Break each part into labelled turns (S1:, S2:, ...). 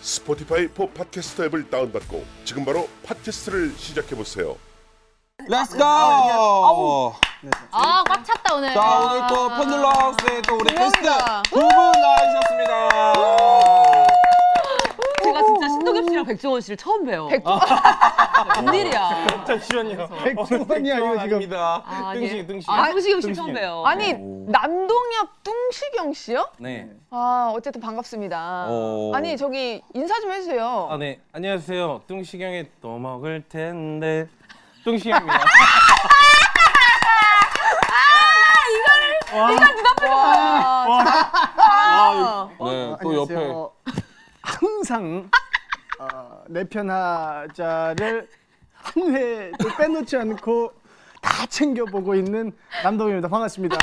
S1: 스포티파이 포 팟캐스터 앱을 다운받고 지금 바로 팟캐스트를 시작해보세요.
S2: Let's go!
S3: 아, 꽉 찼다, 오늘.
S2: 자 오늘 또 펀들러하우스의 또 우리 게스트 두 분 나와주셨습니다.
S4: 제가 진짜 신동엽 씨랑 백종원 씨를 처음
S5: 아,
S4: 봬요. 웬일이야.
S6: 백종원이 아니고 지금
S2: 입니다.
S4: 아,
S6: 등식, 등식.
S4: 아, 등식이 씨 처음 봬요.
S5: 아니 남동엽 뚱시경 씨요?
S6: 네.
S5: 아 어쨌든 반갑습니다.
S2: 오.
S5: 아니 저기 인사 좀 해주세요.
S6: 아, 네. 안녕하세요. 뚱시경의 또 먹을 텐데. 뚱시경입니다.
S2: 네, 또 옆에
S7: 어, 안녕하세요. 항상 어, 내 편하자를 한 회도 빼놓지 않고 다 챙겨보고 있는 남동입니다. 반갑습니다.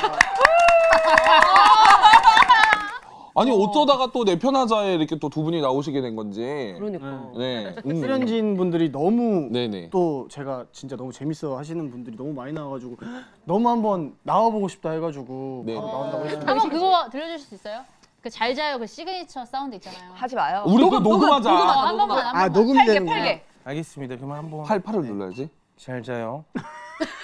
S2: 아니 어쩌다가 또 내 편하자에 이렇게 또 두 분이 나오시게 된 건지.
S4: 그러니까.
S2: 네. 음.
S7: 출연진 분들이 너무
S2: 네네.
S7: 또 제가 진짜 너무 재밌어 하시는 분들이 너무 많이 나와가지고 너무 한번 나와보고 싶다 해가지고
S2: 네.
S7: 바로 나온다고 했는데
S3: 한번 그거 들려주실 수 있어요? 그 잘 자요 그 시그니처 사운드 있잖아요.
S8: 하지 마요.
S2: 우리 또 녹음하자.
S3: 어, 한 번만 한 번만.
S7: 아 녹음이 되는 거야.
S6: 알겠습니다. 그럼 한번
S2: 팔 팔을 눌러야지.
S6: 잘 자요.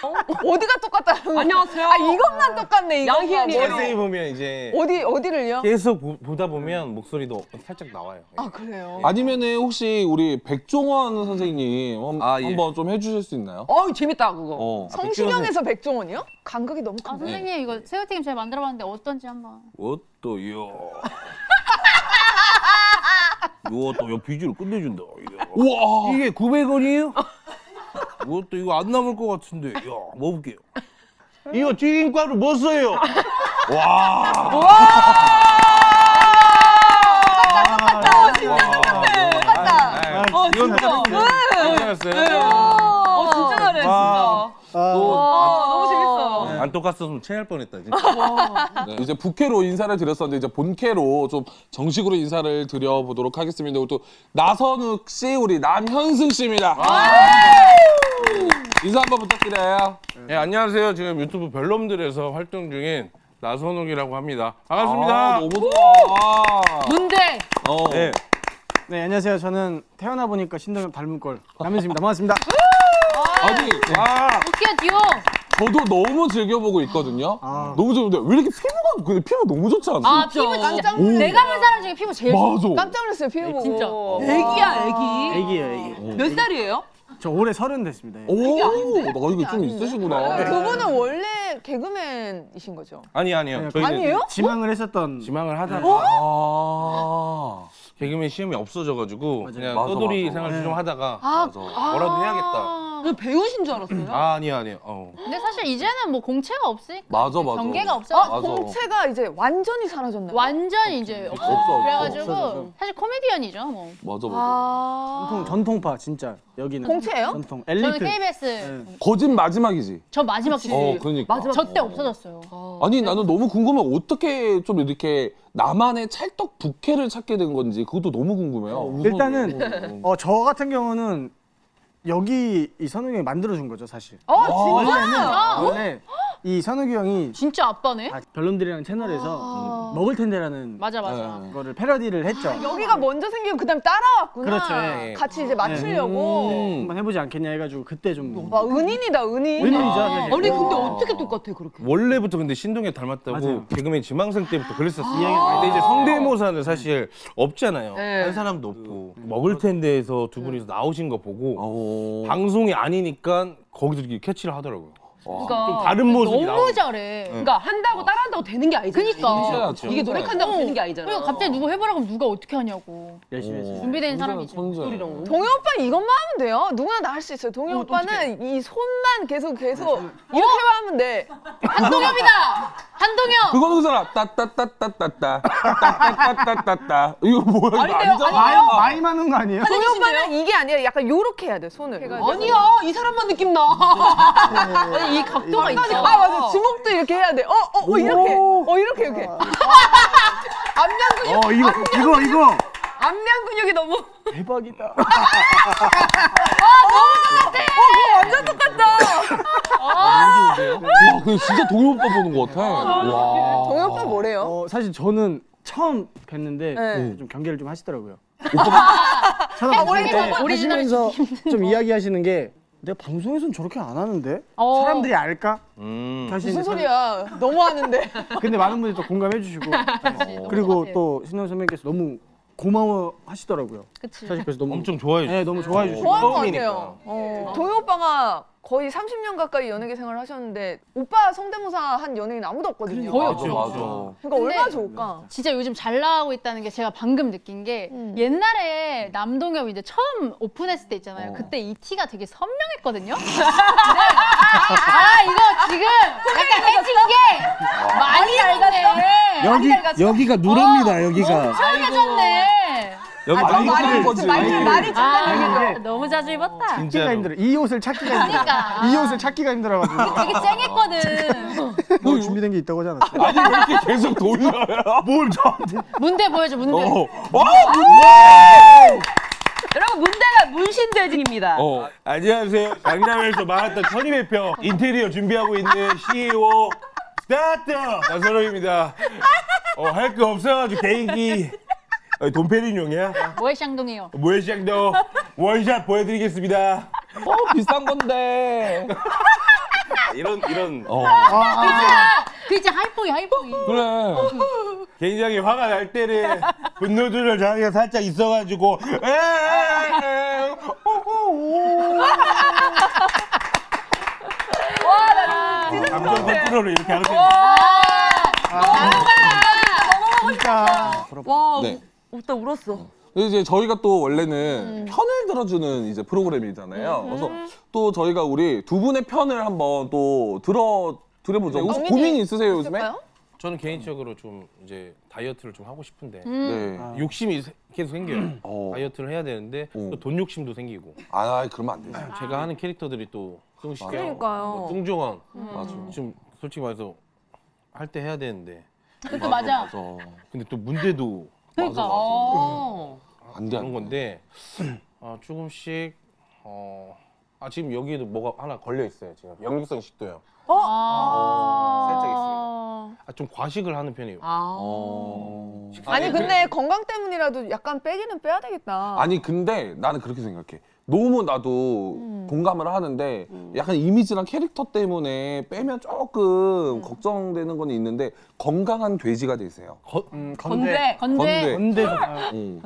S9: 어,
S5: 어디가 똑같다는
S4: 안녕하세요.
S5: 아 이것만 똑같네 이거.
S4: 양희은이
S6: 자세히 보면 이제
S5: 어디 어디를요?
S6: 계속 보, 보다 보면 목소리도 살짝 나와요.
S5: 아
S2: 네.
S5: 그래요.
S2: 아니면은 혹시 우리 백종원 선생님 어, 한,
S6: 아, 예.
S2: 한번 좀 해주실 수 있나요?
S4: 어우, 재밌다, 그거.
S2: 어.
S5: 성시경에서 백종원이요? 간극이 너무
S3: 아,
S5: 큰데.
S3: 선생님 이거 새우튀김 제가 만들어봤는데 어떤지 한번.
S9: 어떠요? 이거 또 비주얼 끝내준다. 이거.
S2: 우와.
S9: 이게 900원이에요? 이것도 이거 안 남을 것 같은데. 야, 먹을게요. 이거 튀김가루 뭐 써요?
S2: 네,
S10: 네,
S6: 아, 이건 진짜.
S10: 네.
S6: 괜찮았어요.
S4: 어, 진짜 잘해, 진짜.
S7: 아,
S4: 아, 너무 재밌어.
S10: 네.
S9: 안 똑같았으면 체할 뻔했다. 진짜.
S2: 네. 이제 부캐로 인사를 드렸었는데 이제 본캐로 좀 정식으로 인사를 드려보도록 하겠습니다. 그리고 또 나선욱 씨, 우리 남현승 씨입니다. 인사 한번 부탁드려요.
S10: 예, 안녕하세요. 지금 유튜브 별놈들에서 활동 중인 나선욱이라고 합니다. 반갑습니다.
S2: 아, 너무 좋아.
S4: 문대.
S2: 어.
S10: 예.
S7: 네 안녕하세요. 저는 태어나 보니까 신동엽 닮은 꼴 남현수입니다. 반갑습니다.
S2: 아니,
S3: 웃겨 듀오.
S2: 저도 너무 즐겨보고 있거든요.
S7: 아.
S2: 너무 좋은데 왜 이렇게 피부가 근데 피부 너무 좋지 않아요?
S3: 아 피부 진짜. 내가 본 사람 중에 피부 제일. 좋아.
S2: 맞아.
S5: 깜짝 놀랐어요 피우 보고.
S4: 네, 진짜. 애기야, 애기.
S7: 애기예요 애기.
S4: 몇 살이에요?
S5: 어.
S7: 저 올해 서른 됐습니다. 예.
S2: 오, 나이가 좀 있으시구나. 아,
S5: 두 분은 원래 개그맨이신 거죠?
S10: 아니 아니요. 저희는
S5: 아니에요?
S7: 지망을 했었던
S10: 지망을 하다가
S2: 아,
S10: 개그맨 시험이 없어져가지고 그냥
S2: 맞아,
S10: 떠돌이
S2: 맞아.
S10: 생활 좀 하다가
S2: 맞아.
S10: 뭐라도 해야겠다.
S4: 그 배우신 줄 알았어요.
S10: 아 아니요 아니요. 어.
S3: 아, 근데 사실 이제는 뭐 공채가 없으니까.
S2: 맞아, 맞아.
S3: 경계가 없어.
S5: 아
S2: 맞아.
S5: 공채가 이제 완전히 사라졌나요?
S3: 완전 이제 없어.
S2: 없어, 없어.
S3: 그래가지고
S7: 없어져서.
S3: 사실 코미디언이죠 뭐.
S2: 맞아, 맞아.
S5: 아
S7: 전통 전통파 진짜 여기는
S5: 공채예요?
S7: 전통
S3: 저는
S7: 엘리트.
S3: KBS
S2: 거짓 마지막이지.
S3: 저 마지막 기수.
S2: 어, 그러니까.
S3: 저 때 없어졌어요.
S2: 아니 나는 너무 궁금해 어떻게 좀 이렇게 나만의 찰떡 부캐를 찾게 된 건지 그것도 너무 궁금해요. 우선-
S10: 뭐,
S7: 일단은 어, 저 같은 경우는 여기 이 선욱이 형이 만들어준 거죠 사실.
S3: 아,
S2: 아.
S5: 어 진짜.
S7: 원래는 원래 이 선욱이 형이
S3: 진짜 아빠네.
S7: 아, 별놈들이랑 채널에서 먹을 텐데라는
S3: 맞아 맞아.
S2: 네.
S7: 거를 패러디를 했죠.
S5: 아. 여기가 먼저 생기고 그다음 따라왔구나.
S7: 그렇죠, 예, 예.
S5: 같이 이제 맞추려고.
S2: 음.
S7: 한번 해보지 않겠냐 해가지고 그때 좀
S5: 와 아, 은인이다 은인.
S7: 의문이죠.
S4: 아니, 근데 어떻게 똑같아, 그렇게.
S10: 원래부터 근데 신동엽 닮았다고
S7: 맞아요.
S10: 개그맨 지망생 때부터 그랬었어요. 근데 이제 성대모사는 사실 없잖아요.
S4: 네.
S10: 한 사람도 없고 먹을 텐데에서 두 분이서 나오신 거 보고
S2: 어.
S10: 방송이 아니니까 거기서 이렇게 캐치를 하더라고요.
S11: 그러니까
S10: 좀 다른 모습이
S11: 너무
S10: 나오고.
S11: 잘해.
S10: 응.
S2: 네.
S11: 그러니까 한다고 따라한다고 되는 게 아니잖아.
S7: 그렇죠.
S10: 그니까. 진짜,
S11: 이게
S10: 진짜.
S5: 어.
S11: 노력한다고 되는 게 아니잖아.
S5: 그러니까
S3: 그리고 갑자기 누구 해보라고 하면 누가 어떻게 하냐고.
S2: 네.
S12: 열심히 했어요.
S3: 준비된 사람이지.
S5: 동희 오빠 는 이것만 하면 돼요. 누구나 다 할 수 있어요. 동희 오빠는 이 손만 계속
S11: 어,
S5: 계속 이렇게만 하면 돼.
S3: 한동엽이다. 한동엽.
S2: 그거 그 사람 따따따따따따 따따따따따 이거 뭐야 이거
S5: 아닌데요,
S2: 아니잖아.
S5: 아니에요.
S12: 많이 많은 거 아니에요?
S5: 동희 오빠는 이게 아니라 약간 요렇게 해야 돼 손을.
S11: 아니야 이 사람만 느낌 나. 아니 네. 이 각도가 있어.
S5: 아 맞아 주먹도 이렇게 해야 돼. 어어어 이렇게 어 이렇게 이렇게. 안면 근육
S12: 어 이거 이거 이거
S13: 안면 근육이 너무
S12: 대박이다.
S5: 어, 완전 똑같다.
S2: 와, 근데 진짜 동현 오빠 보는 것 같아. 와.
S5: 동희 오빠 뭐래요?
S12: 어 사실 저는 처음 뵀는데
S5: 네.
S12: 좀 경계를 좀 하시더라고요.
S3: 아, 우리
S12: 찾아봤는데
S3: 오리지널
S12: 하시면서 좀 이야기하시는 게 내가 방송에선 저렇게 안 하는데
S3: 어.
S12: 사람들이 알까?
S10: 음.
S12: 다시
S5: 무슨
S12: 이제
S5: 소리야? 너무 하는데.
S12: 근데 많은 분들이 또 공감해 주시고 그리고 또 신영 선배님께서 너무 고마워 하시더라고요.
S3: 그치.
S12: 사실 그래서 너무
S10: 엄청 좋아해
S12: 네, 너무 좋아해 주시고
S5: 좋아할 것
S10: 처음이니까.
S5: 같아요.
S4: 네.
S5: 어. 동희 오빠가 거의 30년 가까이 연예계 생활을 하셨는데 오빠 성대모사 한 연예인 아무도 없거든요.
S2: 거의
S5: 그러니까
S2: 맞아, 맞아.
S5: 얼마나
S3: 근데-
S5: 좋을까?
S3: 진짜 요즘 잘 나가고 있다는 게 제가 방금 느낀 게 옛날에 남동엽 이제 처음 오픈했을 때 있잖아요.
S2: 어.
S3: 그때 이 티가 되게 선명했거든요. 근데 아 이거 지금 약간 해진 게 많이 얇았네.
S9: 여기 여기가 누릅니다
S3: 어.
S9: 여기가.
S3: 얇아졌네.
S10: 여기 많이
S2: 말이 거지.
S5: 말이
S3: 아
S12: 이게-
S3: 너무 자주 입었다.
S12: 찾기가 힘들어. 이 옷을 찾기가 힘들어.
S3: 그러니까.
S12: 이 옷을 찾기가 힘들어가지고
S3: 되게 쨍했거든.
S12: 뭐 준비된 게 있다고 하지 않았어요?
S2: 아니, 왜 이렇게 계속 돌려요?
S9: 뭘 저한테?
S3: 문대 보여줘 문대.
S2: 어,
S10: 아,
S2: 어, 문제!
S11: 여러분 문대가 문신대증입니다.
S2: 어.
S10: 안녕하세요. 강남에서 마라톤 1200평 인테리어 준비하고 있는 CEO 스타트 나선호입니다. 어, 할 거 없어가지고 개인기 어, 돈페리뇽이야?
S3: 뭐의 샹동이요.
S10: 모해샹도 원샷 보여드리겠습니다.
S2: 어, 비싼 건데.
S10: 이런 이런
S2: 어.
S3: 그 이제 하이포이 하이포이.
S2: 그래.
S10: 굉장히 화가 날 때는 분노 조절 장애가 살짝 있어가지고 에이, 호호호.
S6: 아.
S10: 감정 컨트롤을 이렇게 하는 거예요.
S12: 진짜.
S11: 와
S2: 네.
S11: 웃다 울었어.
S2: 근데 이제 저희가 또 원래는 편을 들어주는 이제 프로그램이잖아요. 그래서 또 저희가 우리 두 분의 편을 한번 또 들어 드려보죠. 혹시
S5: 고민이
S2: 고민 있으세요 요즘에?
S5: 있을까요?
S6: 저는 개인적으로 좀 이제 다이어트를 좀 하고 싶은데
S13: 음.
S2: 네.
S10: 음.
S6: 욕심이 세- 계속 생겨요.
S2: 어.
S6: 다이어트를 해야 되는데
S2: 어.
S6: 또 돈 욕심도 생기고
S2: 아, 그러면 안 되죠.
S6: 제가 하는 캐릭터들이 또 뚱시장,
S13: 그러니까요. 음.
S6: 뭐 뚱종원
S2: 맞아.
S6: 지금 솔직히 말해서 할 때 해야 되는데
S3: 그것도 맞아.
S2: 맞아.
S6: 근데 또 문제도
S3: 그러니까.
S2: 안 돼.
S6: 그런
S2: 안 돼.
S6: 건데 아, 조금씩 어, 아 지금 여기도 뭐가 하나 걸려 있어요 지금 역류성 식도염
S3: 아.
S6: 살짝 아, 좀 과식을 하는 편이에요
S2: 어.
S10: 네.
S5: 아니 근데 건강 때문이라도 약간 빼기는 빼야 되겠다.
S2: 아니 근데 나는 그렇게 생각해. 너무 나도 공감을 하는데 약간 이미지랑 캐릭터 때문에 빼면 조금 걱정되는 건 있는데 건강한 돼지가 되세요.
S6: 거-
S12: 음,
S11: 건대.
S3: 건데.
S12: 건대. 좋아요.
S2: 응.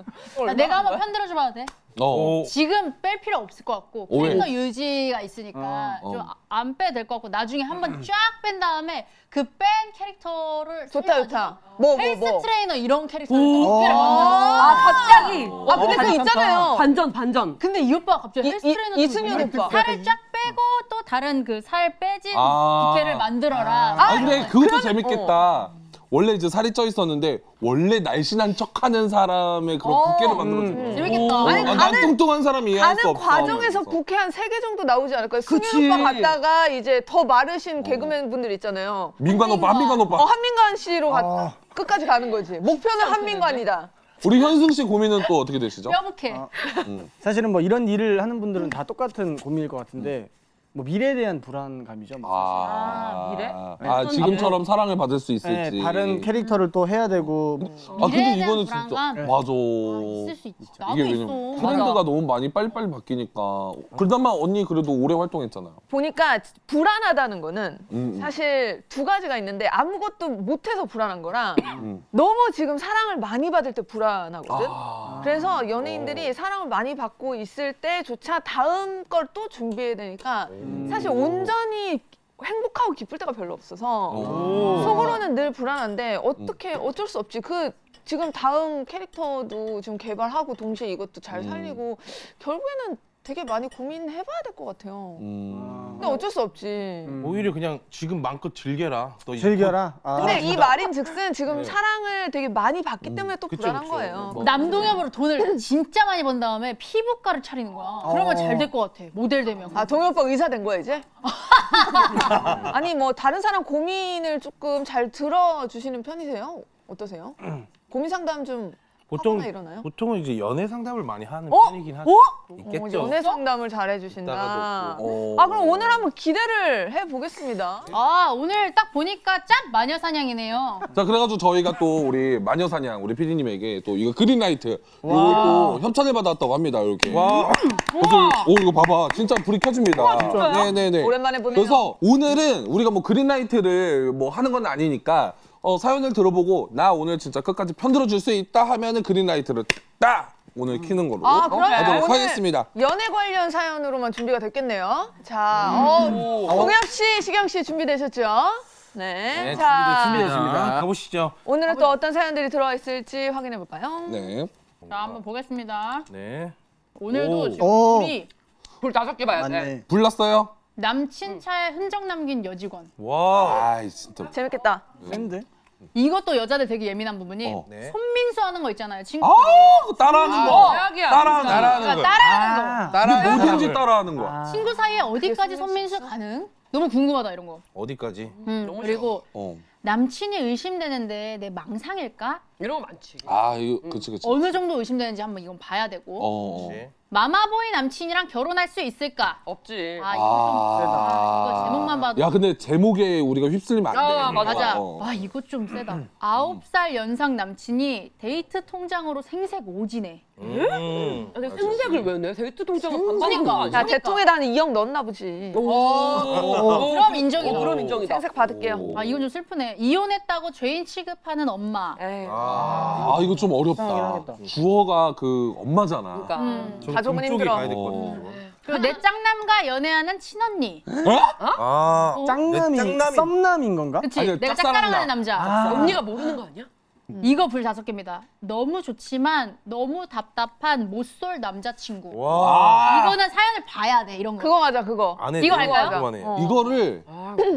S3: 나 내가 한번 편 들어줘봐도 돼?
S2: 어.
S10: 오.
S3: 지금 뺄 필요 없을 것 같고
S2: 오,
S3: 캐릭터 유지가 있으니까
S2: 어. 어.
S3: 좀 안 빼야 될 것 같고 나중에 한번 쫙 뺀 다음에 그 뺀 캐릭터를
S5: 좋다
S3: 살려가지고
S5: 좋다. 뭐 뭐 뭐.
S3: 헬스 트레이너 이런 캐릭터를 어깨를 만들어.
S11: 아 갑자기.
S5: 아 근데 그거 있잖아요.
S11: 반전 반전.
S3: 근데 이 오빠가 갑자기
S5: 이-
S3: 헬스
S5: 이-
S3: 트레이너
S5: 이승윤 오빠.
S3: 살을 쫙 빼고 또 다른 그 살 빼진
S2: 아.
S3: 디테일을 만들어라
S2: 어. 아 근데 그것도 재밌겠다. 원래 이제 살이 쪄 있었는데 원래 날씬한 척하는 사람의 그런 부캐를 만들어주는 거야.
S3: 재밌겠다
S2: 어,
S3: 아니,
S2: 난 뚱뚱한 사람이 이해할
S5: 가는
S2: 수 없어.
S5: 과정에서
S2: 하면서.
S5: 부캐 한 세 개 정도 나오지 않을까요?
S2: 그치. 어.
S5: 승윤 오빠 갔다가 이제 더 마르신 개그맨 분들 있잖아요.
S2: 민관 오빠, 한민관 오빠.
S5: 어, 한민관 씨로 가,
S2: 아.
S5: 끝까지 가는 거지. 목표는 한민관이다.
S2: 우리 현승 씨 고민은 또 어떻게 되시죠?
S3: 뼈부캐
S2: 아,
S12: 사실은 뭐 이런 일을 하는 분들은 다 똑같은 고민일 것 같은데 뭐 미래에 대한 불안감이죠. 뭐.
S2: 아,
S11: 미래?
S2: 아 지금처럼 사랑을 받을 수
S12: 네,
S2: 있을지.
S12: 다른 캐릭터를 또 해야 되고 뭐.
S2: 아
S3: 미래에
S2: 근데
S3: 대한
S2: 이거는 진짜
S3: 불안감?
S2: 맞아.
S3: 있을 수 있지 나도
S2: 이게 왜냐면
S3: 있어
S2: 트렌드가 너무 많이 빨리빨리 바뀌니까. 그러다만 언니 그래도 오래 활동했잖아요.
S5: 보니까 불안하다는 거는
S2: 음, 음.
S5: 사실 두 가지가 있는데 아무것도 못해서 불안한 거랑
S2: 음.
S5: 너무 지금 사랑을 많이 받을 때 불안하거든.
S2: 아,
S5: 그래서
S10: 어.
S5: 연예인들이 사랑을 많이
S12: 음.
S5: 받고 있을 때조차 다음 걸 또 준비해야 되니까 사실 온전히 행복하고 기쁠 때가 별로 없어서
S12: 음.
S7: 오.
S5: 속으로는 늘
S10: 음.
S5: 불안한데 어떻게 어쩔 수 없지 그 지금 다음 캐릭터도 지금 개발하고 동시에 이것도 잘
S2: 음.
S5: 살리고 결국에는 되게 많이 고민해봐야 될 것 같아요.
S2: 음.
S5: 근데 어쩔 수 없지.
S10: 오히려 그냥 지금 마음껏 즐겨라. 너 이거
S12: 음. 즐겨라. 아,
S5: 근데 이 말인 즉슨 지금
S10: 아, 네. 음.
S5: 사랑을 되게 많이 받기 때문에 또
S10: 그쵸,
S5: 불안한
S10: 그쵸.
S5: 거예요.
S2: 어.
S3: 남동엽으로 돈을 진짜 많이 번 다음에 피부과를 차리는 거야.
S2: 어.
S3: 그러면 잘 될 것 같아. 모델 되면.
S5: 아, 동엽 오빠 의사 된 거야, 이제? 아니, 뭐, 다른 사람 고민을 조금 잘 들어주시는 편이세요? 어떠세요? 고민 상담 좀
S10: 보통
S5: 하거나 일어나요?
S10: 보통은 이제 연애 상담을 많이 하는
S5: 어?
S10: 편이긴 하죠.
S5: 어?
S10: 있겠죠.
S5: 연애 상담을 잘 해주신다.
S10: 이따가도 어. 또-
S5: 아, 그럼 오늘 한번 기대를 해보겠습니다.
S3: 아, 오늘 딱 보니까 짭 마녀 사냥이네요.
S2: 자 그래가지고 저희가 또 우리 마녀사냥 우리 피디님에게 또 이거 그린라이트
S3: 와.
S2: 이것도 협찬을 받았다고 합니다 이렇게 그래서 오 이거 봐봐 진짜 불이 켜집니다
S5: 진짜요?
S2: 네네네
S5: 오랜만에 보네요.
S2: 그래서 오늘은 우리가 뭐 그린라이트를 뭐 하는 건 아니니까 어, 사연을 들어보고 나 오늘 진짜 끝까지 편들어 줄 수 있다 하면은 그린라이트를 딱
S3: 음.
S2: 오늘 키는 걸로
S5: 아, 그러면
S2: 하도록
S5: 오늘
S2: 하겠습니다
S5: 연애 관련 사연으로만 준비가 됐겠네요. 자,
S10: 음.
S5: 어, 동엽 씨, 시경 씨 준비되셨죠? 네.
S10: 네,
S5: 자,
S10: 준비- 준비됐습니다. 가보시죠.
S5: 오늘은 또 어떤 사연들이 들어와 있을지 확인해 볼까요?
S2: 네.
S3: 자, 한번 보겠습니다.
S10: 네.
S3: 오늘도
S2: 오.
S3: 지금
S2: 오.
S3: 우리
S11: 불 다섯 개 봐야 돼.
S2: 불났어요? 네.
S3: 남친 차에 흔적 남긴 여직원.
S2: 와 아이 진짜
S5: 재밌겠다.
S12: 센데?
S3: 이것도 여자들 되게 예민한 부분이
S2: 어. 네.
S3: 손민수 하는 거 있잖아요. 친구.
S2: 아, 따라하는 거.
S3: 아,
S2: 대박이야, 따라하는 진짜. 거.
S3: 그러니까 따라하는 거.
S2: 근데 뭐든지 따라하는 거야
S3: 친구 사이에 어디까지 아, 손민수 가능? 너무 궁금하다 이런 거.
S10: 어디까지?
S3: 음, 그리고
S2: 어.
S3: 남친이 의심되는데 내 망상일까?
S11: 이런 거 많지.
S2: 아
S3: 음.
S2: 이거 그치 그치
S3: 어느 정도 의심되는지 한번 이건 봐야 되고.
S2: 어.
S3: 마마보이 남친이랑 결혼할 수 있을까?
S11: 없지.
S3: 아 이거 좀
S2: 아.
S3: 이거 제목만 봐도.
S2: 야 근데 제목에 우리가 휩쓸리면 안 돼.
S3: 아, 맞아.
S2: 어.
S3: 와 이거 좀 세다. 아홉 살 연상 남친이 데이트 통장으로 생색 오지네.
S10: 음.
S11: 근데 생색을 왜 내? 데이트 동작은
S3: 그러니까.
S5: 야, 대통에다 한 2억 넣었나 보지.
S3: 오. 그럼 그러니까. 인정이다.
S11: 어, 그럼 인정이다.
S5: 생색 받을게요.
S3: 아 이건 좀 슬프네. 이혼했다고 죄인 취급하는 엄마.
S2: 아, 이거 좀 어렵다. 주어가 그 엄마잖아.
S3: 그러니까. 음.
S2: 좀
S3: 가족은
S2: 그쪽에
S3: 힘들어.
S2: 가야 될것 같아.
S3: 그리고 내 짱남과 연애하는 친언니.
S2: 아,
S3: 어?
S12: 짱남이, 썸남인 건가?
S3: 그치 내가 짝사랑하는 남자.
S12: 아.
S3: 모르는 거 아니야? 이거 불 다섯 개입니다. 너무 좋지만 너무 답답한 못쏠 남자친구.
S2: 와.
S3: 이거는 사연을 봐야 돼 이런 거.
S5: 그거 맞아 그거.
S3: 이거 알까요?
S2: 어.
S10: 어,
S2: 이거를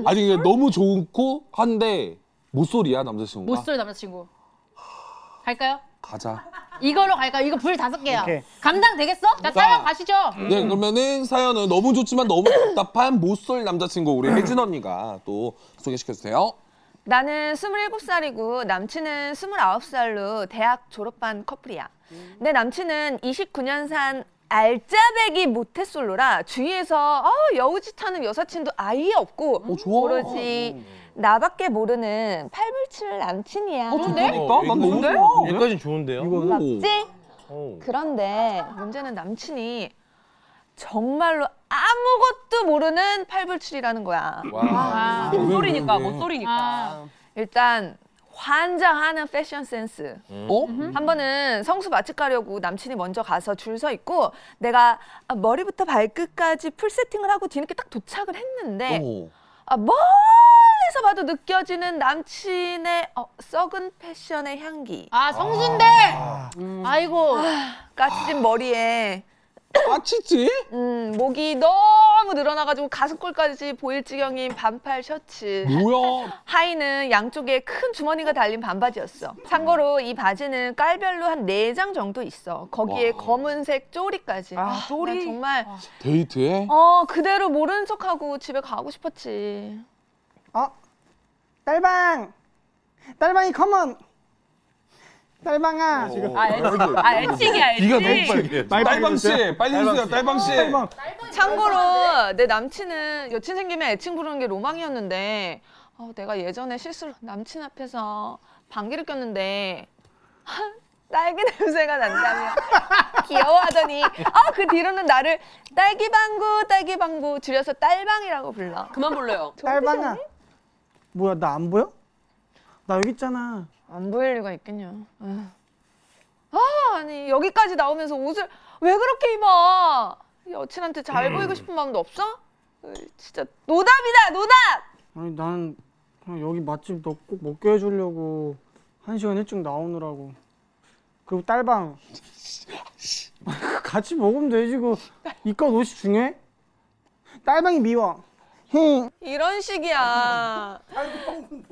S2: 아니 이게 너무 좋고 한데 모쏠이야 남자친구가.
S3: 못쏠 남자친구. 갈까요?
S2: 가자.
S3: 이걸로 갈까요? 이거 불 다섯 개야.
S2: 오케이.
S3: 감당 되겠어? 자 사연 가시죠.
S2: 네 그러면은 사연은 너무 좋지만 너무 답답한 모쏠 남자친구 우리 혜진 언니가 또 소개시켜 주세요.
S5: 나는 27살이고 남친은 29살로 대학 졸업한 커플이야. 내 남친은 29년산 알짜배기 모태솔로라 주위에서 어, 여우짓하는 여사친도 아예 없고 오로지 나밖에 모르는 팔불출 남친이야.
S10: 난 너무 좋아. 여기까지는 좋은데요?
S5: 맞지?
S10: 오.
S5: 그런데 문제는 남친이 정말로 아무것도 모르는 팔불출이라는 거야.
S11: 와. 아, 목소리니까, 왜, 왜, 왜. 목소리니까.
S5: 일단 환장하는 패션 센스.
S11: 어?
S5: 한 번은 성수 맛집 가려고 남친이 먼저 가서 줄 서 있고 내가 아, 머리부터 발끝까지 풀 세팅을 하고 뒤늦게 딱 도착을
S2: 어.
S5: 했는데 아, 멀리서 봐도 느껴지는 남친의 어, 썩은 패션의 향기.
S3: 아 성순대. 아이고.
S5: 까치진 머리에.
S2: 까치지?
S5: 음, 목이 너무 늘어나가지고 가슴골까지 보일 지경인 반팔 셔츠.
S2: 뭐야?
S5: 하의는 양쪽에 큰 주머니가 달린 반바지였어. 참고로 이 바지는 깔별로 한 네 장 정도 있어. 거기에
S2: 와.
S5: 검은색 쪼리까지. 아, 쪼리. 정말,
S2: 데이트에?
S5: 어, 그대로 모르는 척하고 집에 가고 싶었지.
S12: 어?
S7: 딸방 딸방이 컴온 딸방아
S11: 아, 애- 아, 애칭이야, 애칭.
S7: 네가 너무 빨리 해.
S2: 딸방 씨, 빨리 해주세요, 딸방 씨. 딸방.
S5: 참고로 내 남친은 여친 생기면 애칭 부르는 게 로망이었는데 어, 내가 예전에 실수로 남친 앞에서 방귀를 꼈는데 딸기 냄새가 난다며 귀여워하더니 어, 그 뒤로는 나를 딸기방구 딸기방구 줄여서 딸방이라고 불러
S11: 그만 불러요
S7: 딸방아 뭐야 나 안 보여? 나 여기 있잖아
S5: 안 보일 리가 있겠냐 아휴. 아 아니 여기까지 나오면서 옷을 왜 그렇게 입어 여친한테 잘 보이고 싶은 마음도 없어? 진짜 노답이다 노답!
S7: 아니 난 그냥 여기 맛집 너 꼭 먹게 해주려고 한 시간 일찍 나오느라고 그리고 딸방 같이 먹으면 되지 그 이깟 옷이 중요해? 딸방이 미워 흥
S5: 이런 식이야.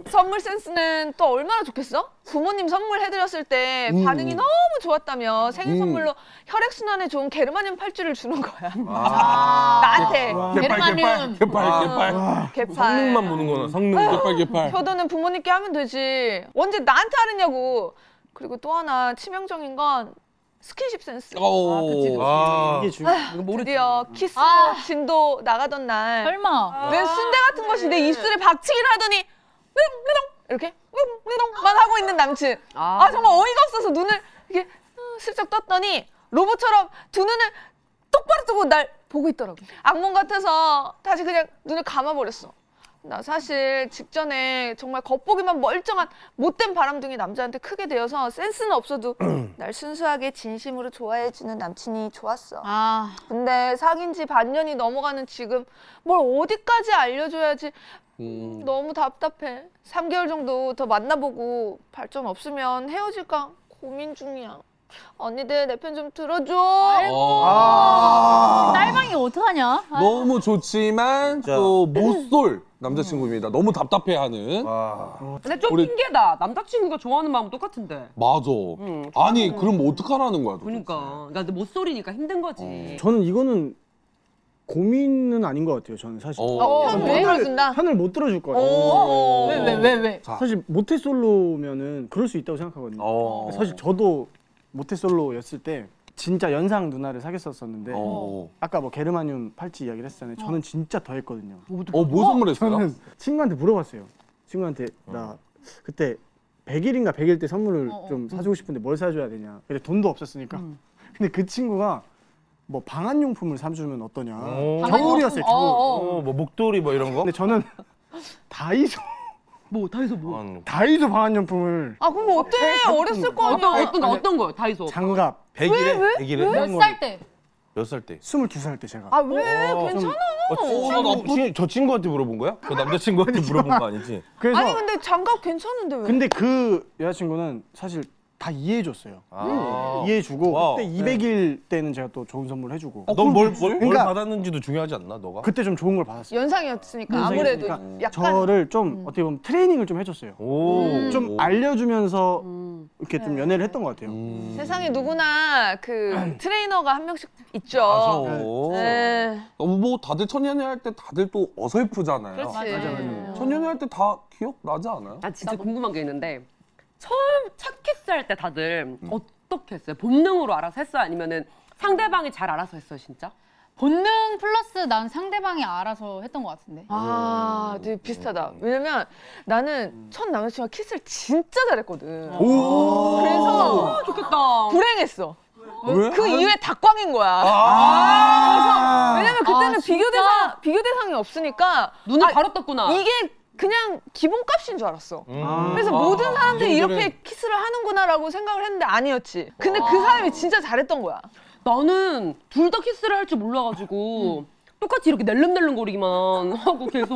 S5: 선물 센스는 또 얼마나 좋겠어? 부모님 선물해드렸을 때
S7: 음.
S5: 반응이 너무 좋았다며 생일
S7: 음.
S5: 선물로 혈액순환에 좋은 게르마늄 팔찌를 주는 거야.
S10: 아.
S5: 나한테.
S10: 개빨 개빨 개빨 개빨.
S5: 개빨.
S10: 성능만 보는
S2: 아.
S10: 거나 성능 개빨 개빨.
S5: 효도는 부모님께 하면 되지. 언제 나한테 하느냐고. 그리고 또 하나 치명적인 건 스킨십 센스.
S2: 어,
S10: 오. 아, 그치, 그치. 아. 이게 중요-
S5: 아, 드디어 키스 진도 나가던 날.
S3: 설마.
S5: 내 순대 같은 것이 내 입술에 박치기를 하더니 르렁 르렁 이렇게 르렁 르렁만 하고 있는 남친. 아, 정말 어이가 없어서 눈을 이렇게 어, 슬쩍 떴더니 로봇처럼 두 눈을 똑바로 뜨고 날 보고 있더라고. 악몽 같아서 다시 그냥 눈을 감아버렸어. 나 사실 직전에 정말 겉보기만 멀쩡한 못된 바람둥이 남자한테 크게 되어서 센스는 없어도 날 순수하게 진심으로 좋아해주는 남친이 좋았어.
S3: 아,
S5: 근데 사귄 지 반년이 넘어가는 지금 뭘 어디까지 알려줘야지 너무 답답해. 3개월 정도 더 만나보고 발전 없으면 헤어질까 고민 중이야. 언니들 내 편 좀 들어줘.
S2: 아.
S3: 딸방이 어떡하냐? 아.
S2: 너무 좋지만 또 못 쏠 남자친구입니다. 너무
S10: 아.
S2: 답답해하는.
S11: 근데 좀
S2: 우리-
S11: 핑계다. 남자친구가 좋아하는 마음 똑같은데.
S2: 맞아.
S11: 음.
S2: 아니 그럼 어떡하라는 거야? 도대체?
S11: 그러니까. 그러니까 못 소리니까 힘든 거지.
S7: 어. 저는 이거는 고민은 아닌 것 같아요 저는 사실
S11: 어.
S7: 저는
S11: 어, 왜?
S7: 편을, 편을 못 들어줄 것
S11: 어.
S7: 같아요
S11: 왜, 왜, 왜, 왜?
S7: 사실 모태솔로면은 그럴 수 있다고 생각하거든요
S11: 어.
S2: 어.
S7: 어, 사실 저도 모태솔로였을 때 진짜 연상 누나를 사귀었었는데
S2: 어.
S7: 아까 뭐 게르마늄 팔찌 이야기를 했잖아요 저는 진짜 더했거든요
S2: 어, 뭐 선물했어요?
S7: 저는 친구한테 물어봤어요 친구한테
S2: 어.
S7: 나 그때 100일인가 100일 때
S5: 어,
S7: 선물을 좀 사주고 싶은데 뭘 사줘야 되냐 근데 돈도 없었으니까
S5: 음.
S7: 근데 그 친구가 뭐 방한용품을 사주면 어떠냐 겨울이었어요 겨울
S10: 어, 뭐 목도리 뭐 이런 거?
S7: 근데 저는 다이소
S11: 뭐 다이소 뭐?
S7: 다이소 방한용품을
S5: 아 그럼 어때? 어렸을 거 아니야.
S11: 어떤 어떤 거 어떤 거요? 다이소.
S7: 장갑
S10: 백일에
S11: 왜?
S10: 백일에
S3: 몇살 때?
S10: 몇 살 때?
S7: 22살 때 제가
S5: 아 왜? 괜찮아.
S10: 어, 저 친구한테 물어본 거야? 그 남자친구한테 물어본 거 아니지?
S7: 그래서
S5: 아니 근데 장갑 괜찮은데 왜?
S7: 근데 그 여자친구는 사실 다 이해해줬어요. 음.
S10: 아.
S7: 이해해주고
S10: 와우. 어,
S7: 그때 200일 때는 제가 또 좋은 선물을 해주고.
S10: 넌 뭘 뭘
S7: 그러니까
S10: 받았는지도 중요하지 않나 너가?
S7: 그때 좀 좋은 걸 받았어요.
S5: 연상이었으니까 아무래도
S7: 그러니까
S5: 약간
S7: 저를 좀 어떻게 보면 트레이닝을 좀 해줬어요.
S10: 음.
S7: 좀 알려주면서 이렇게 좀 연애를 했던 것 같아요.
S10: 음.
S5: 세상에 누구나 그 트레이너가 한 명씩 있죠.
S2: 맞아.
S5: 네.
S2: 너무 뭐 다들 천연애 할 때 다들 또 어설프잖아요.
S11: 그렇지. 맞아요.
S2: 천연애 할 때 다 기억 나지 않아요?
S11: 난 진짜 궁금한 게 있는데 처음 첫 키스할 때 다들 어떻게 했어요? 본능으로 알아서 했어요? 아니면은 상대방이 잘 알아서 했어요, 진짜?
S3: 본능 플러스 난 상대방이 알아서 했던 것 같은데.
S5: 아, 되게 비슷하다. 왜냐면 나는 첫 남자친구가 키스를 진짜 잘했거든.
S11: 음. 오.
S5: 그래서
S11: 아, 좋겠다.
S5: 불행했어.
S11: 왜?
S5: 그 이후에 다 꽝인 거야. 아,
S11: 아.
S5: 그래서 왜냐면 그때는
S11: 아, 진짜?
S5: 비교 대상 비교 대상이 없으니까
S11: 눈을 바로 떴구나.
S5: 이게 그냥 기본값인 줄 알았어.
S11: 음.
S5: 그래서
S11: 아,
S5: 모든
S11: 이
S5: 사람들이
S11: 정도는-
S5: 이렇게 키스를 하는구나라고 생각을 했는데 아니었지. 근데
S11: 와.
S5: 그 사람이 진짜 잘했던 거야.
S11: 어? 나는 둘 다 키스를 할 줄 몰라가지고 똑같이 이렇게 낼름낼름거리기만 하고 계속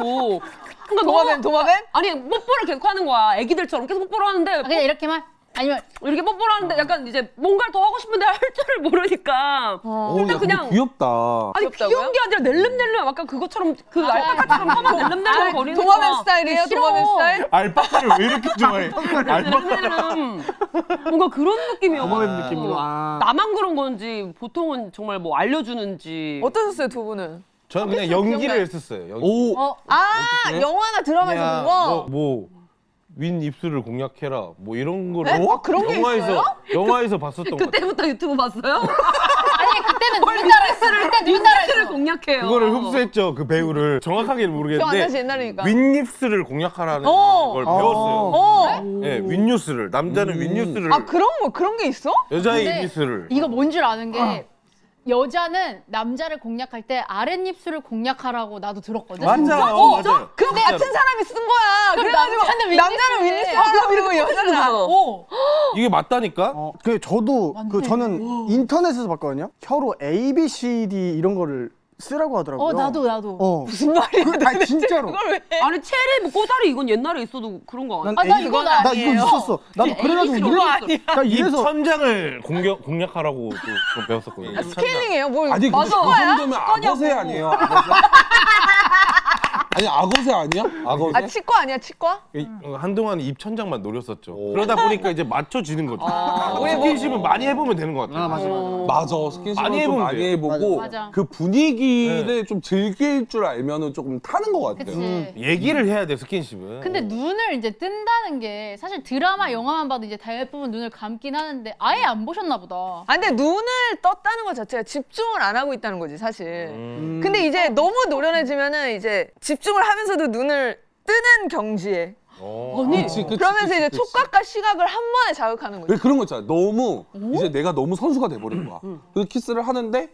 S11: 그러니까
S5: 도마뱀, 도마뱀?
S11: 아니 뽀뽀를 계속 하는 거야 애기들처럼 계속 뽀뽀를 하는데
S3: 아, 그냥 이렇게만? 아니면
S11: 이렇게 뽀뽀를 하는데 약간 이제 뭔가를 더 하고 싶은데 할 줄을 모르니까
S2: 어, 야,
S11: 일단
S2: 근데
S11: 그냥
S2: 귀엽다.
S11: 아니 귀여운 게 아니라 낼름낼름 약간 그것처럼 그 알파카처럼 까만 낼름낼름
S5: 아,
S11: 거리는
S5: 도마뱀
S11: 거야.
S5: 스타일이에요,
S11: 싫어.
S5: 도마뱀 스타일?
S10: 알파카를 왜 이렇게 좋아해?
S11: 낼름낼름 뭔가 그런 느낌이었고
S10: 도마뱀 느낌으로, 아.
S11: 어. 나만 그런 건지 보통은 정말 뭐 알려주는지
S5: 어떠셨어요 두 분은?
S10: 저는 그냥 연기를 했었어요. 연기.
S2: 오.
S5: 어, 아
S10: 어떡해?
S5: 영화나 드라마에서 본 거.
S10: 뭐, 뭐윈 입술을 공략해라 뭐 이런 거를
S5: 네? 아, 그런 게
S10: 영화에서
S5: 있어요?
S10: 영화에서 봤었던 거 같아요.
S11: 그때부터 유튜브 봤어요?
S3: 아니 그때는 눈나라 했어. 그때 눈나라 했어.
S11: 공략해요.
S10: 그거를 흡수했죠 그 배우를 정확하게는
S5: 기억 안 나지
S10: 모르겠는데
S5: 옛날이니까.
S10: 윈 입술을 공략하라는
S5: 어.
S10: 걸
S5: 어.
S10: 배웠어요.
S5: 어.
S2: 네.
S10: 예, 윗뉴스를 남자는 윗뉴스를
S5: 아 그런 거 그런 게 있어?
S10: 여자의
S3: 근데
S10: 입술을
S3: 이거 뭔 줄 아는 게 여자는 남자를 공략할 때 아랫입술을 공략하라고 나도 들었거든.
S10: 맞아. 진짜?
S5: 어, 맞아.
S3: 그
S5: 같은 사람이 쓴 거야.
S3: 그럼
S5: 그래가지고
S3: 남자는
S5: 남자는 윈니스
S3: 윈니스 때.
S5: 하고 어. 이러고 여자는 안.
S3: 오.
S10: 이게 맞다니까?
S7: 어. 그 저도 그 저는 인터넷에서 봤거든요. 혀로 A, B, C, D 이런 거를 쓰라고 하더라고요.
S3: 어, 나도, 나도.
S7: 어.
S3: 무슨 말이야,
S7: 그- 아니, 진짜로.
S11: 아니 체리 뭐 꼬다리 이건 옛날에 있어도 그런 거 아니야?
S7: 난 애기- 나 이거 있었어. 나도 그래가지고 그러니까 이래, 나
S10: 이
S7: 이래서
S10: 천장을 공격 공략하라고 또 좀 배웠었거든요.
S5: 스케일링이에요. 뭘
S2: 아니 근데 그
S5: 맞아.
S2: 정도면 악어새 아니에요? 악어새? 아니 악어새 아니야? 악어새?
S5: 아 치과 아니야 치과?
S10: 이- 어, 한동안 입 천장만 노렸었죠. 그러다 보니까 이제 맞춰지는 거죠.
S2: 아.
S5: 우리 뭐-
S2: 어.
S10: 스킨십은 많이 해보면 되는 것 같아요.
S2: 맞아,
S10: 맞아.
S2: 스킨십은 많이,
S10: 많이
S2: 네. 좀
S10: 해보면
S2: 많이
S10: 돼요.
S2: 해보고
S10: 맞아. 맞아.
S2: 그 분위기를 좀 즐길 줄 알면은 조금 타는 것 같아요.
S3: 그치. 음.
S10: 얘기를 해야 돼 스킨십은.
S3: 근데 눈을 이제 뜬다는 게 사실 드라마 영화만 봐도 이제 대부분 눈을 감긴 하는데 아예 안 보셨나 보다. 어,
S5: 아 근데 눈을 떴다는 것 자체가 집중을 안 하고 있다는 거지 사실.
S2: 음.
S5: 근데 이제 너무 노련해지면은 이제 집중을 하면서도 눈을 뜨는 경지에.
S10: 어.
S2: 아니, 그치, 그치,
S5: 그러면서
S2: 그치,
S5: 이제
S2: 그치.
S5: 촉각과 시각을 한 번에 자극하는 거지.
S2: 왜 그런 거 있잖아. 너무 이제 내가 너무 선수가 돼버린 거야. 그 키스를 하는데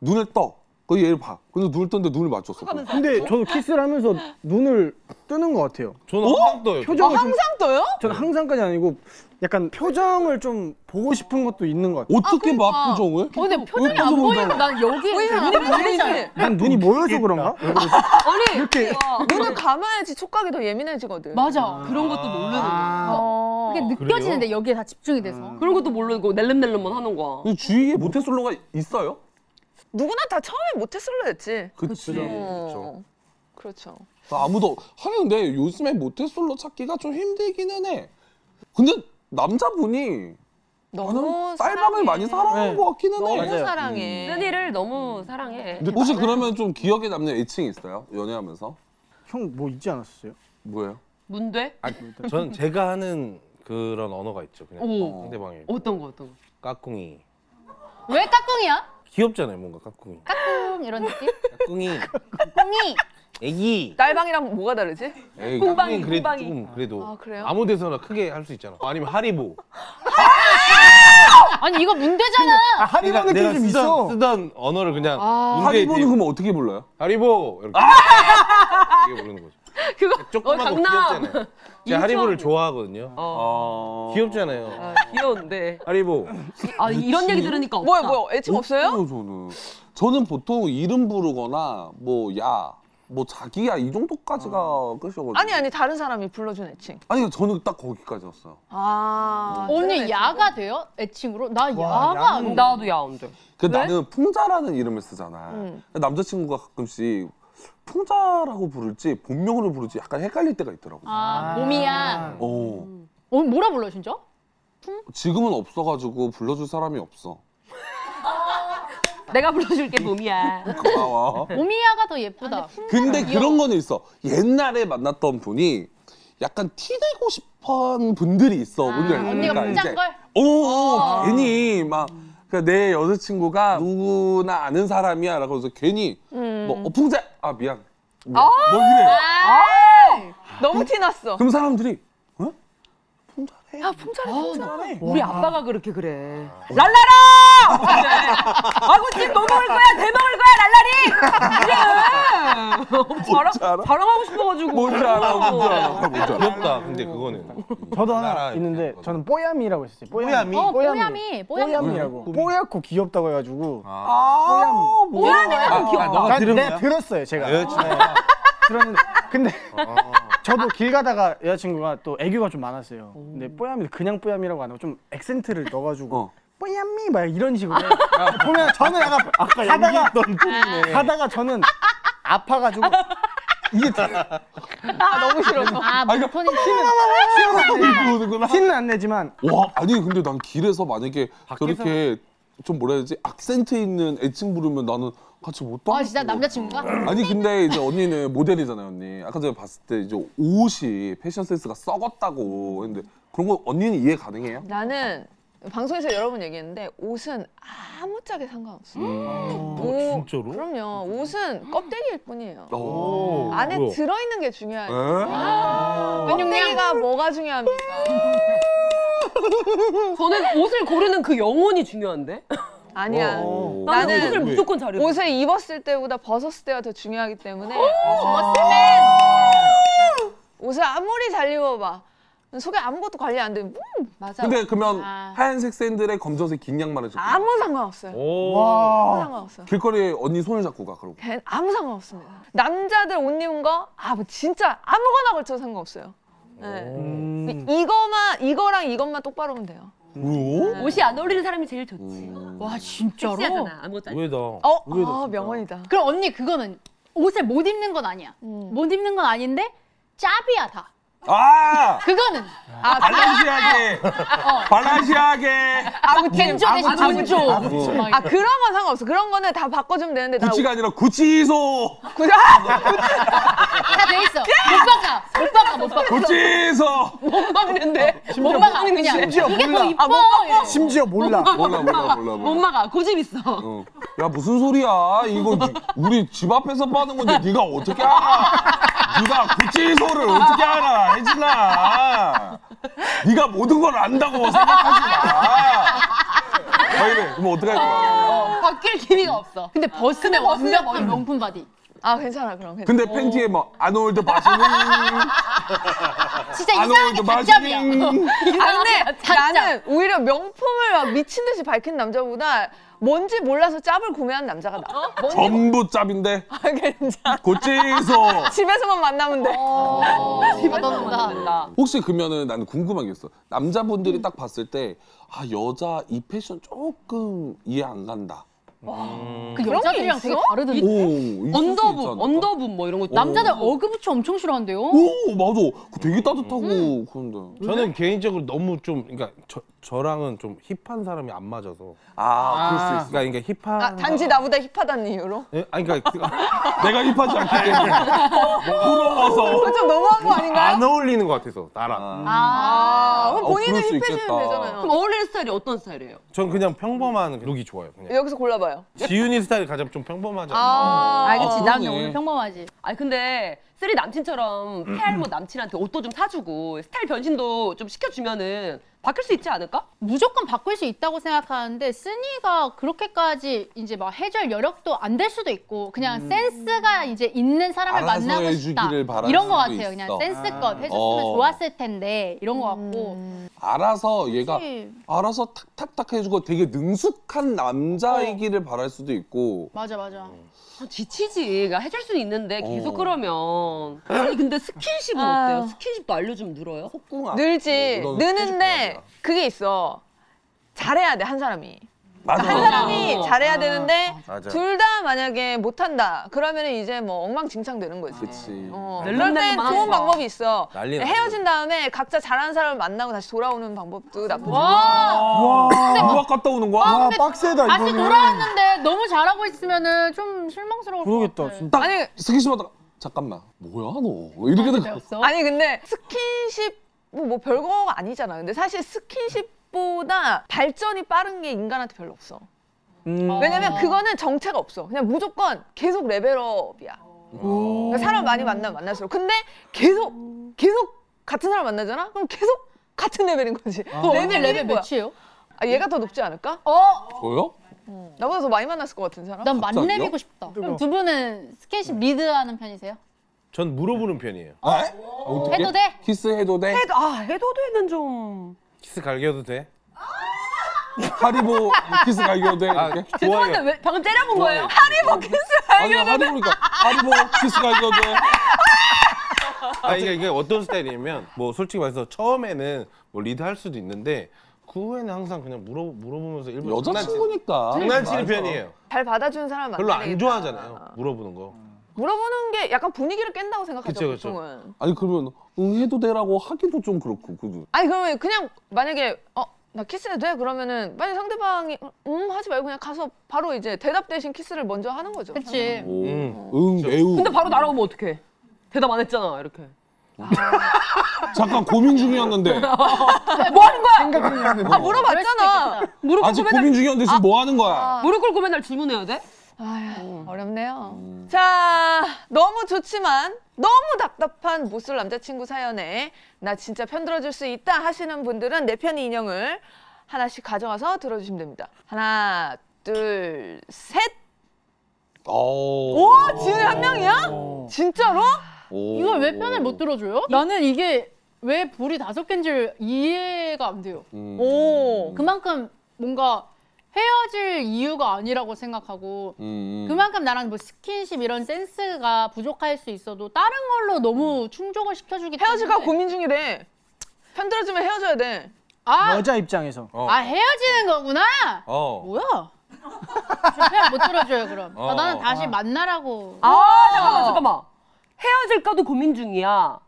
S2: 눈을 떠. 그 얘를 봐. 근데 눈을 떴는데 눈을 맞췄어.
S7: 근데 저는 키스를 하면서 눈을 뜨는 것 같아요.
S10: 저는 항상 떠요.
S7: 표정을
S5: 아,
S7: 좀-
S5: 항상 떠요?
S7: 저는 항상까지 아니고 약간 표정을 좀 보고 싶은 것도 있는 것 같아요.
S2: 어떻게 봐 표정을?
S3: 어, 근데 표정이 안 보이고 난 여기
S5: 보이잖아,
S3: 눈이
S5: 보이지.
S3: 보이잖아.
S7: 난 눈이 모여서 그런가?
S5: 아니
S7: 이렇게
S5: 눈을 감아야지 촉각이 더 예민해지거든.
S3: 맞아.
S11: 그런 것도 모르는
S5: 아.
S3: 어. 그게 느껴지는데 여기에 다 집중이 돼서.
S11: 그런 것도 모르고 낼름낼름만 하는 거야.
S2: 근데 주위에 모태솔로가 있어요?
S5: 누구나 다 처음에 모태솔로였지.
S2: 예, 그치.
S5: 어, 그렇죠.
S2: 아무도 하는데 요즘에 모태솔로 찾기가 좀 힘들기는 해. 근데 남자분이
S5: 너무
S2: 딸방을 많이 사랑하는 것 같기는 해.
S5: 너무
S11: 음.
S5: 사랑해.
S11: 쓰니를 너무 사랑해.
S2: 근데 혹시 그러면 좀 기억에 남는 애칭이 있어요? 연애하면서?
S7: 형 뭐 있지 않았어요?
S2: 뭐예요?
S11: 문대?
S10: 아, 저는 제가 하는 그런 언어가 있죠. 그냥
S11: 오.
S10: 상대방이
S11: 어떤 거 어떤 거?
S10: 까꿍이.
S3: 왜 까꿍이야?
S10: 귀엽잖아요, 뭔가 까꿍이.
S3: 까꿍 이런 느낌?
S10: 까꿍이.
S3: 꿍이.
S10: 애기.
S5: 딸방이랑 뭐가 다르지?
S10: 에이,
S5: 꿍방이,
S10: 까꿍이는 그래도
S5: 꿍방이.
S10: 조금 그래도
S5: 아, 그래요?
S10: 아무 데서나 크게 할 수 있잖아. 아니면 하리보.
S3: 아니 이거 문제잖아.
S10: 내가- 내가 쓰던, 쓰던 언어를 그냥
S3: 아.
S2: 하리보는 그럼 어떻게 불러요?
S10: 하리보 이렇게.
S5: 아!
S10: 이게 부르는 거죠.
S11: 그거
S10: 조금만
S11: 어,
S10: 더
S11: 강남.
S10: 귀엽잖아요. 제가
S11: 인천.
S10: 하리보를
S5: 그-
S10: 좋아하거든요.
S5: 어.
S10: 귀엽잖아요.
S11: 아, 어, 귀여운데.
S10: 하리보.
S11: 아 이런 얘기 들으니까 없다.
S5: 뭐야 뭐야 애칭 없어요?
S2: 없어요, 저는. 저는 보통 이름 부르거나 뭐 야, 뭐 자기야 이 정도까지가 끝이거든요.
S5: 아니 아니 다른 사람이 불러준 애칭.
S2: 아니 저는 딱 거기까지였어요.
S5: 아
S3: 언니 야가 돼요? 애칭으로? 나
S2: 와,
S3: 야가
S2: 야는-
S3: 안 돼.
S11: 나도 야운데.
S2: 그
S3: 네?
S2: 나는 풍자라는 이름을 쓰잖아.
S11: 음.
S2: 남자친구가 가끔씩 풍자라고 부를지 본명으로 부를지 약간 헷갈릴 때가 있더라고. 요
S3: 아, 몸이야.
S2: 어,
S3: 어, 뭐라 불러 진짜?
S2: 지금은 없어가지고 불러줄 사람이 없어.
S11: 내가 불러줄게 봄이야.
S2: 고마워.
S3: 아, 몸이야가 더 예쁘다.
S2: 근데 그런 거는 있어. 옛날에 만났던 분이 약간 티 내고 싶은 분들이 있어. 뭔지 알죠?
S3: 아, 언니가
S2: 그러니까 이제
S3: 문장걸?
S2: 오, 오,
S3: 어.
S2: 괜히 막. 그러니까 내 여자친구가 누구나 아는 사람이야 라고 해서 괜히
S5: 음.
S2: 뭐 어, 풍자 아 미안 미안.
S5: 아!
S2: 뭐 이래
S5: 아! 너무 티났어.
S2: 그럼 사람들이 어?
S5: 야
S3: 아,
S5: 풍자래 풍자래.
S11: 우리 아빠가 그렇게 그래. 랄라라! 아이고 지금 뭐 먹을 거야? 대 먹을 거야 랄라리! 그래! 자랑, 자랑하고 싶어가지고.
S2: 뭔지 알아, 뭔지 알아.
S10: 귀엽다. 근데 그거는
S7: 저도 하나 있는데 저는 뽀야미라고 했었어요. 뽀야미. 어,
S3: 어, 뽀야미. 뽀야미.
S7: 뽀야미라고. 뽀얗고 귀엽다고 해가지고.
S2: 아,
S3: 뽀야미라고 귀여워.
S7: 난- 네, 들었어요, 제가. 네. 들었는데 근데 저도 길 가다가 여자친구가 또 애교가 좀 많았어요. 근데 뽀야미 그냥 뽀야미라고 안 하고 좀 액센트를 넣어가지고 뽀야미 막 이런 식으로 해요. 보면 저는 약간 아까 하다가 아. 하다가 저는 아파가지고 이게
S5: 아뭐 너무 싫어서.
S3: 아, 모톤이
S7: 티는 안 내지만
S2: 와 아니 근데 난 길에서 만약에 저렇게 좀 뭐라 해야 되지 악센트 있는 애칭 부르면 나는 같이 못 따라
S3: 아, 진짜 남자친구가?
S2: 아니 근데 이제 언니는 모델이잖아요 언니 아까 전에 봤을 때 이제 옷이 패션 센스가 썩었다고 했는데 그런 거 언니는 이해 가능해요?
S5: 나는 방송에서 여러 번 얘기했는데 옷은 아무짝에 상관없어.
S10: 어, 진짜로?
S5: 그럼요. 옷은 껍데기일 뿐이에요.
S2: 음. 어.
S10: 오,
S5: 그 안에
S10: 뭐야.
S5: 들어있는 게 중요해요.
S2: 아.
S5: 껍데기가 뭐가 중요합니까?
S11: 저는 옷을 고르는 그 영혼이 중요한데?
S5: 아니야.
S11: 오.
S5: 나는
S11: 나는 옷을
S2: 네.
S11: 무조건 잘 입어.
S5: 옷을 입었을 때보다 벗었을 때가 더 중요하기 때문에 아. 옷을 아무리 잘 입어봐. 속에 아무것도 관리 안 되면 뭐,
S3: 맞아.
S2: 근데 그러면
S3: 아.
S2: 하얀색 샌들에 검정색 긴 양말을 신고
S5: 아무 상관없어요.
S2: 오.
S5: 아무 상관없어요.
S2: 길거리에 언니 손을 잡고 가 그러고
S5: 걔 아무 상관없습니다. 남자들 옷 입은 거, 아, 뭐 진짜 아무거나 걸쳐 상관없어요. 네.
S2: 음.
S5: 이거만, 이거랑 이것만 똑바로 하면 돼요.
S2: 오?
S11: 옷이 안 어울리는 사람이 제일 좋지.
S2: 음.
S3: 와 진짜로?
S11: 섹시하잖아. 아무것도 안
S10: 의외다.
S3: 어?
S10: 의외다,
S3: 아,
S10: 진짜.
S3: 명언이다. 그럼 언니 그거는 옷을 못 입는 건 아니야. 못 입는 건 아닌데 짭이야 다.
S2: 아!
S3: 그거는 아,
S2: 발란시하게! 발란시하게!
S3: 본조 대신 본조.
S5: 아, 그런 건 상관없어. 그런 거는 다 바꿔주면 되는데. 나
S2: 구찌가 아니라 구치소!
S3: 아,
S5: 구찌!
S3: 다돼 있어. 못 바꿔. 못 바꿔. 못 바꿔.
S2: 구치소!
S5: 못 막는데.
S3: 못 막아 그냥.
S5: 심지어
S3: 이게
S5: 몰라.
S3: 더 이뻐.
S5: 아, 못 바꿔?
S12: 심지어 몰라.
S2: 몰라, 몰라, 몰라, 몰라.
S11: 못 막아. 고집 있어.
S2: 어. 야 무슨 소리야 이거 주- 우리 집 앞에서 빠는 건데 네가 어떻게 알아 네가 구치소를 어떻게 알아 혜진아 네가 모든 걸 안다고 생각하지 마 아, 이래 그럼 어떡할 거야
S3: 어, 바뀔 기미가 없어. 근데 버스는 완벽한 명품 바디.
S5: 아 괜찮아 그럼 괜찮아.
S2: 근데 팬티에 뭐 아놀드 바시는
S5: 진짜
S2: 아놀드
S5: 이상하게
S2: 바시는
S5: 아, 근데 나는 오히려 명품을 막 미친 듯이 밝힌 남자보다 뭔지 몰라서 짭을 구매한 남자가 나아. 뭔지
S2: 전부 짭인데
S5: 아, 괜찮아.
S2: 구치소
S5: 집에서만 만나면
S3: 어.
S5: 돼. 집에서만
S3: 받아놓는다.
S5: 만나면 된다.
S2: 혹시 그러면은 나는 궁금한 게 있어. 남자분들이 딱 봤을 때, 아, 여자 이 패션 조금 이해 안 간다.
S3: 그 여자들이랑 되게 다르던데.
S2: 오, 있을 수
S3: 언더붐,
S2: 있지 않을까?
S3: 언더붐
S11: 뭐 이런 거.
S3: 남자들
S2: 오.
S3: 어그부츠 엄청 싫어한대요.
S2: 오, 맞아. 그 되게 따뜻하고 그런데.
S5: 네?
S10: 저는 개인적으로 너무 좀 그러니까 저, 저랑은 좀 힙한 사람이 안 맞아서.
S2: 아,
S5: 그럴 수 있어.
S10: 그러니까 이게 힙한.
S5: 아, 단지 나보다 힙하다는 이유로.
S10: 예? 아니 그러니까 그-
S2: 내가 힙하지 않기 때문에. 부러워서.
S5: 그거 좀 너무한 거 아닌가요?
S10: 안 어울리는 것 같아서 나랑.
S5: 아, 그럼
S10: 어,
S5: 본인은
S10: 그럴 수
S5: 힙해지면
S10: 있겠다.
S5: 되잖아요.
S10: 그럼
S5: 어울리는 스타일이 어떤 스타일이에요?
S10: 전 그냥 평범한 룩이 좋아요. 그냥.
S5: 여기서 골라봐요. 어.
S10: 지윤이 스타일이 가장 좀 평범하지 않나.
S11: 아,
S2: 어,
S11: 알겠지. 난
S10: 그러네.
S11: 오늘
S3: 평범하지.
S11: 아니 근데 쓰리 남친처럼 폐할모 뭐 남친한테 옷도 좀 사주고 스타일 변신도 좀 시켜주면은 바뀔 수 있지 않을까?
S3: 무조건 바꿀 수 있다고 생각하는데 쓰니가 그렇게까지 이제 막 해결 여력도 안 될 수도 있고 그냥 센스가 이제 있는 사람을
S2: 음. 알아서
S3: 만나고 싶다
S2: 해주기를 바라는
S3: 이런 거
S2: 수도
S3: 같아요.
S2: 있어.
S3: 그냥 센스껏
S2: 아.
S3: 해줬으면
S2: 어. 음.
S3: 좋았을 텐데 이런 거 같고
S2: 알아서 얘가
S3: 그치.
S2: 알아서 탁탁탁 해주고 되게 능숙한 남자이기를 바랄 수도 있고.
S3: 맞아 맞아.
S2: 음.
S11: 아, 지치지. 그러니까 해줄 수는 있는데 계속
S2: 어.
S11: 그러면. 아니 근데 스킨십은
S5: 아유.
S11: 어때요? 스킨십도 알려주면 늘어요?
S10: 아,
S2: 콧구멍.
S10: 어,
S5: 늘지. 느는데 그게 있어. 잘해야 돼 한 사람이.
S2: 맞아.
S5: 한 사람이
S2: 맞아.
S5: 잘해야 되는데
S2: 맞아.
S5: 둘 다 만약에 못한다 그러면 이제 뭐 엉망진창 되는 거지.
S2: 그치. 네.
S5: 어,
S2: 난리
S5: 그럴
S2: 날
S5: 땐
S2: 만하다.
S5: 좋은 방법이 있어.
S2: 난리 났어.
S5: 헤어진 다음에 각자 잘하는 사람을 만나고 다시 돌아오는 방법도 나쁘지
S2: 와, 유학 갔다 오는 거야?
S3: 아, 근데 다시
S2: 이거는.
S3: 돌아왔는데 너무 잘하고 있으면은 좀 실망스러울 것 같아.
S2: 그러겠다. 진짜. 아니 네. 스킨십 하다가 잠깐만. 뭐야 너? 이렇게 돼.
S5: 아니 근데 어? 스킨십 뭐, 뭐 별거가 아니잖아. 근데 사실 스킨십보다 발전이 빠른 게 인간한테 별로 없어.
S10: 음.
S5: 왜냐면
S10: 아.
S5: 그거는 정체가 없어. 그냥 무조건 계속 레벨업이야. 그러니까 사람 많이 만나면 만날수록. 근데 계속 계속 같은 사람 만나잖아? 그럼 계속 같은 레벨인 거지. 뭐
S3: 아. 어, 언니 레벨
S5: 몇이에요? 아, 얘가 더 높지 않을까?
S3: 어?
S2: 저요?
S5: 나보다 더 많이 만났을 것 같은 사람?
S3: 난 만렙이고 싶다. 그럼 두 분은
S2: 음.
S3: 스킨십 리드하는 편이세요?
S10: 전 물어보는 편이에요.
S2: 아, 어떻게?
S3: 해도 돼?
S2: 키스 해도 돼?
S11: 아 해도 되는 좀.
S10: 키스 갈겨도 돼?
S2: 하리보 키스 갈겨도 돼?
S10: 아,
S2: 이렇게?
S11: 죄송한데 어, 왜 방금 때려본 거예요?
S5: 하리보 키스
S2: 아니 하리보니까 하리보 키스 갈겨도 돼?
S10: 아 이게 이게 어떤 스타일이냐면 뭐 솔직히 말해서 처음에는 뭐 리드할 수도 있는데 그 후에는 항상 그냥 물어 물어보면서 일부러
S2: 여자친구니까.
S10: 장난치- 장난치는 편이에요.
S5: 잘 받아주는 사람 만나.
S10: 별로 안 좋아하잖아요. 물어보는 거.
S5: 물어보는 게 약간 분위기를 깬다고 생각하죠,
S10: 그쵸, 그쵸.
S5: 보통은.
S2: 아니 그러면 응 해도 돼라고 하기도 좀 그렇고 그죠?
S5: 아니 그러면 그냥 만약에 어 나 키스해도 돼? 그러면은 만약 상대방이 음, 음 하지 말고 그냥 가서 바로 이제 대답 대신 키스를 먼저 하는 거죠.
S3: 그치.
S2: 오,
S10: 음.
S2: 응 매우.
S11: 근데 바로 날아오면 어떡해? 대답 안 했잖아 이렇게.
S2: 잠깐 고민 중이었는데
S11: 뭐 하는 거야?
S2: 뭐.
S11: 아 물어봤잖아. 무릎
S2: 아직
S11: 꿇고 맨날
S2: 고민 중이었는데 지금 뭐 하는 거야?
S11: 무릎 꿇고 맨날 질문해야 돼? 음.
S5: 아휴 어렵네요. 자 너무 좋지만 너무 답답한 못쓸 남자친구 사연에 나 진짜 편 들어줄 수 있다 하시는 분들은 내 편의 인형을 하나씩 가져와서 들어주시면 됩니다. 하나 둘 셋.
S2: 오,
S5: 오 지은이 한 명이야? 진짜로?
S2: 어. 오.
S3: 이걸 왜 편을 못 들어줘요? 나는 이게
S14: 왜 볼이 다섯 개인 줄 이해가 안 돼요.
S2: 음.
S14: 오. 그만큼 뭔가 헤어질 이유가 아니라고 생각하고
S2: 음.
S14: 그만큼 나랑 뭐 스킨십 이런 센스가 부족할 수 있어도 다른 걸로 너무 충족을 시켜주기 때문에 헤어질까 고민 중이래. 편들어주면 헤어져야 돼. 아,
S7: 여자 입장에서.
S14: 아 헤어지는 거구나.
S7: 어.
S14: 뭐야? 불편 못 들어줘요 그럼.
S7: 어.
S14: 아, 나는 다시 만나라고.
S11: 아 잠깐만 잠깐만 헤어질까도 고민 중이야.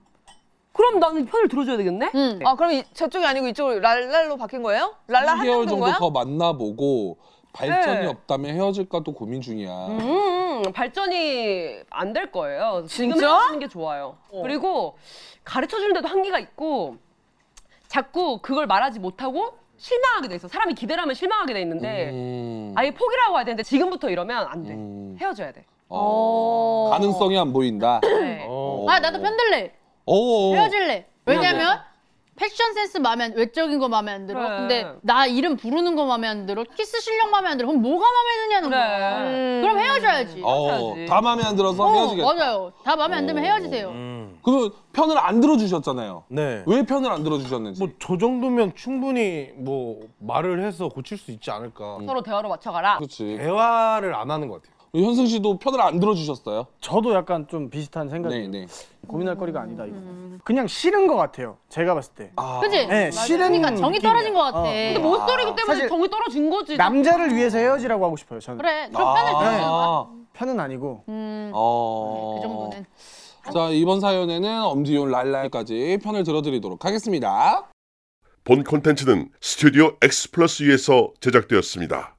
S11: 그럼 나는 편을 들어줘야 되겠네.
S5: 아 그럼 이- 저쪽이 아니고 이쪽으로 랄랄로 바뀐 거예요? 랄랄 한
S2: 3개월
S5: 명인
S2: 정도
S5: 거야?
S2: 더 만나보고 발전이
S11: 네.
S2: 없다면 헤어질까도 고민 중이야.
S11: 음, 발전이 안 될 거예요. 지금
S2: 진짜?
S11: 헤어지는 게 좋아요. 그리고 가르쳐 주는데도 한계가 있고 자꾸 그걸 말하지 못하고 실망하게 돼 있어. 사람이 기대를 하면 실망하게 돼 있는데
S2: 음.
S11: 아예 포기라고 해야 되는데 지금부터 이러면 안 돼. 헤어져야 돼.
S2: 가능성이 안 보인다.
S14: 네.
S2: 어.
S14: 어. 아 나도 편들래.
S2: 오.
S14: 헤어질래.
S2: 왜냐면?
S14: 왜냐면 패션 센스 마음에 안, 외적인 거 마음에 안 들어.
S11: 그래.
S14: 근데 나 이름 부르는 거 마음에 안 들어. 키스 실력 마음에 안 들어. 그럼 뭐가 마음에 드냐는 거야. 그럼 헤어져야지.
S2: 어, 다 마음에 안 들어서
S14: 어,
S2: 헤어지겠다.
S14: 맞아요. 다 마음에 안 들면 헤어지세요.
S2: 그러면 편을 안 들어주셨잖아요.
S10: 네.
S2: 왜 편을 안 들어주셨는지.
S10: 뭐 저 정도면 충분히 뭐 말을 해서 고칠 수 있지 않을까.
S11: 서로 대화로 맞춰가라.
S2: 그렇지.
S10: 대화를 안 하는 것 같아요.
S2: 현승 씨도 편을 안 들어주셨어요? 네,
S7: 저도 약간 좀 비슷한 생각이에요. 고민할 거리가 아니다 이거.
S5: 음.
S7: 그냥 싫은 것 같아요. 제가 봤을 때.
S14: 그지?
S7: 네, 싫은
S14: 그러니까 정이 떨어진 것 같아.
S7: 어.
S14: 근데
S11: 모쏠이기 때문에
S7: 사실
S11: 정이 떨어진 거지.
S7: 남자를 위해서 헤어지라고 하고 싶어요. 저는.
S14: 그래, 좀 아. 편을 들어줘봐.
S7: 네, 편은 아니고.
S14: 음.
S2: 어.
S14: 정도는.
S2: 자, 이번 사연에는 엄지윤 랄랄까지 편을 들어드리도록 하겠습니다.
S1: 본 콘텐츠는 스튜디오 X 플러스 위에서 제작되었습니다.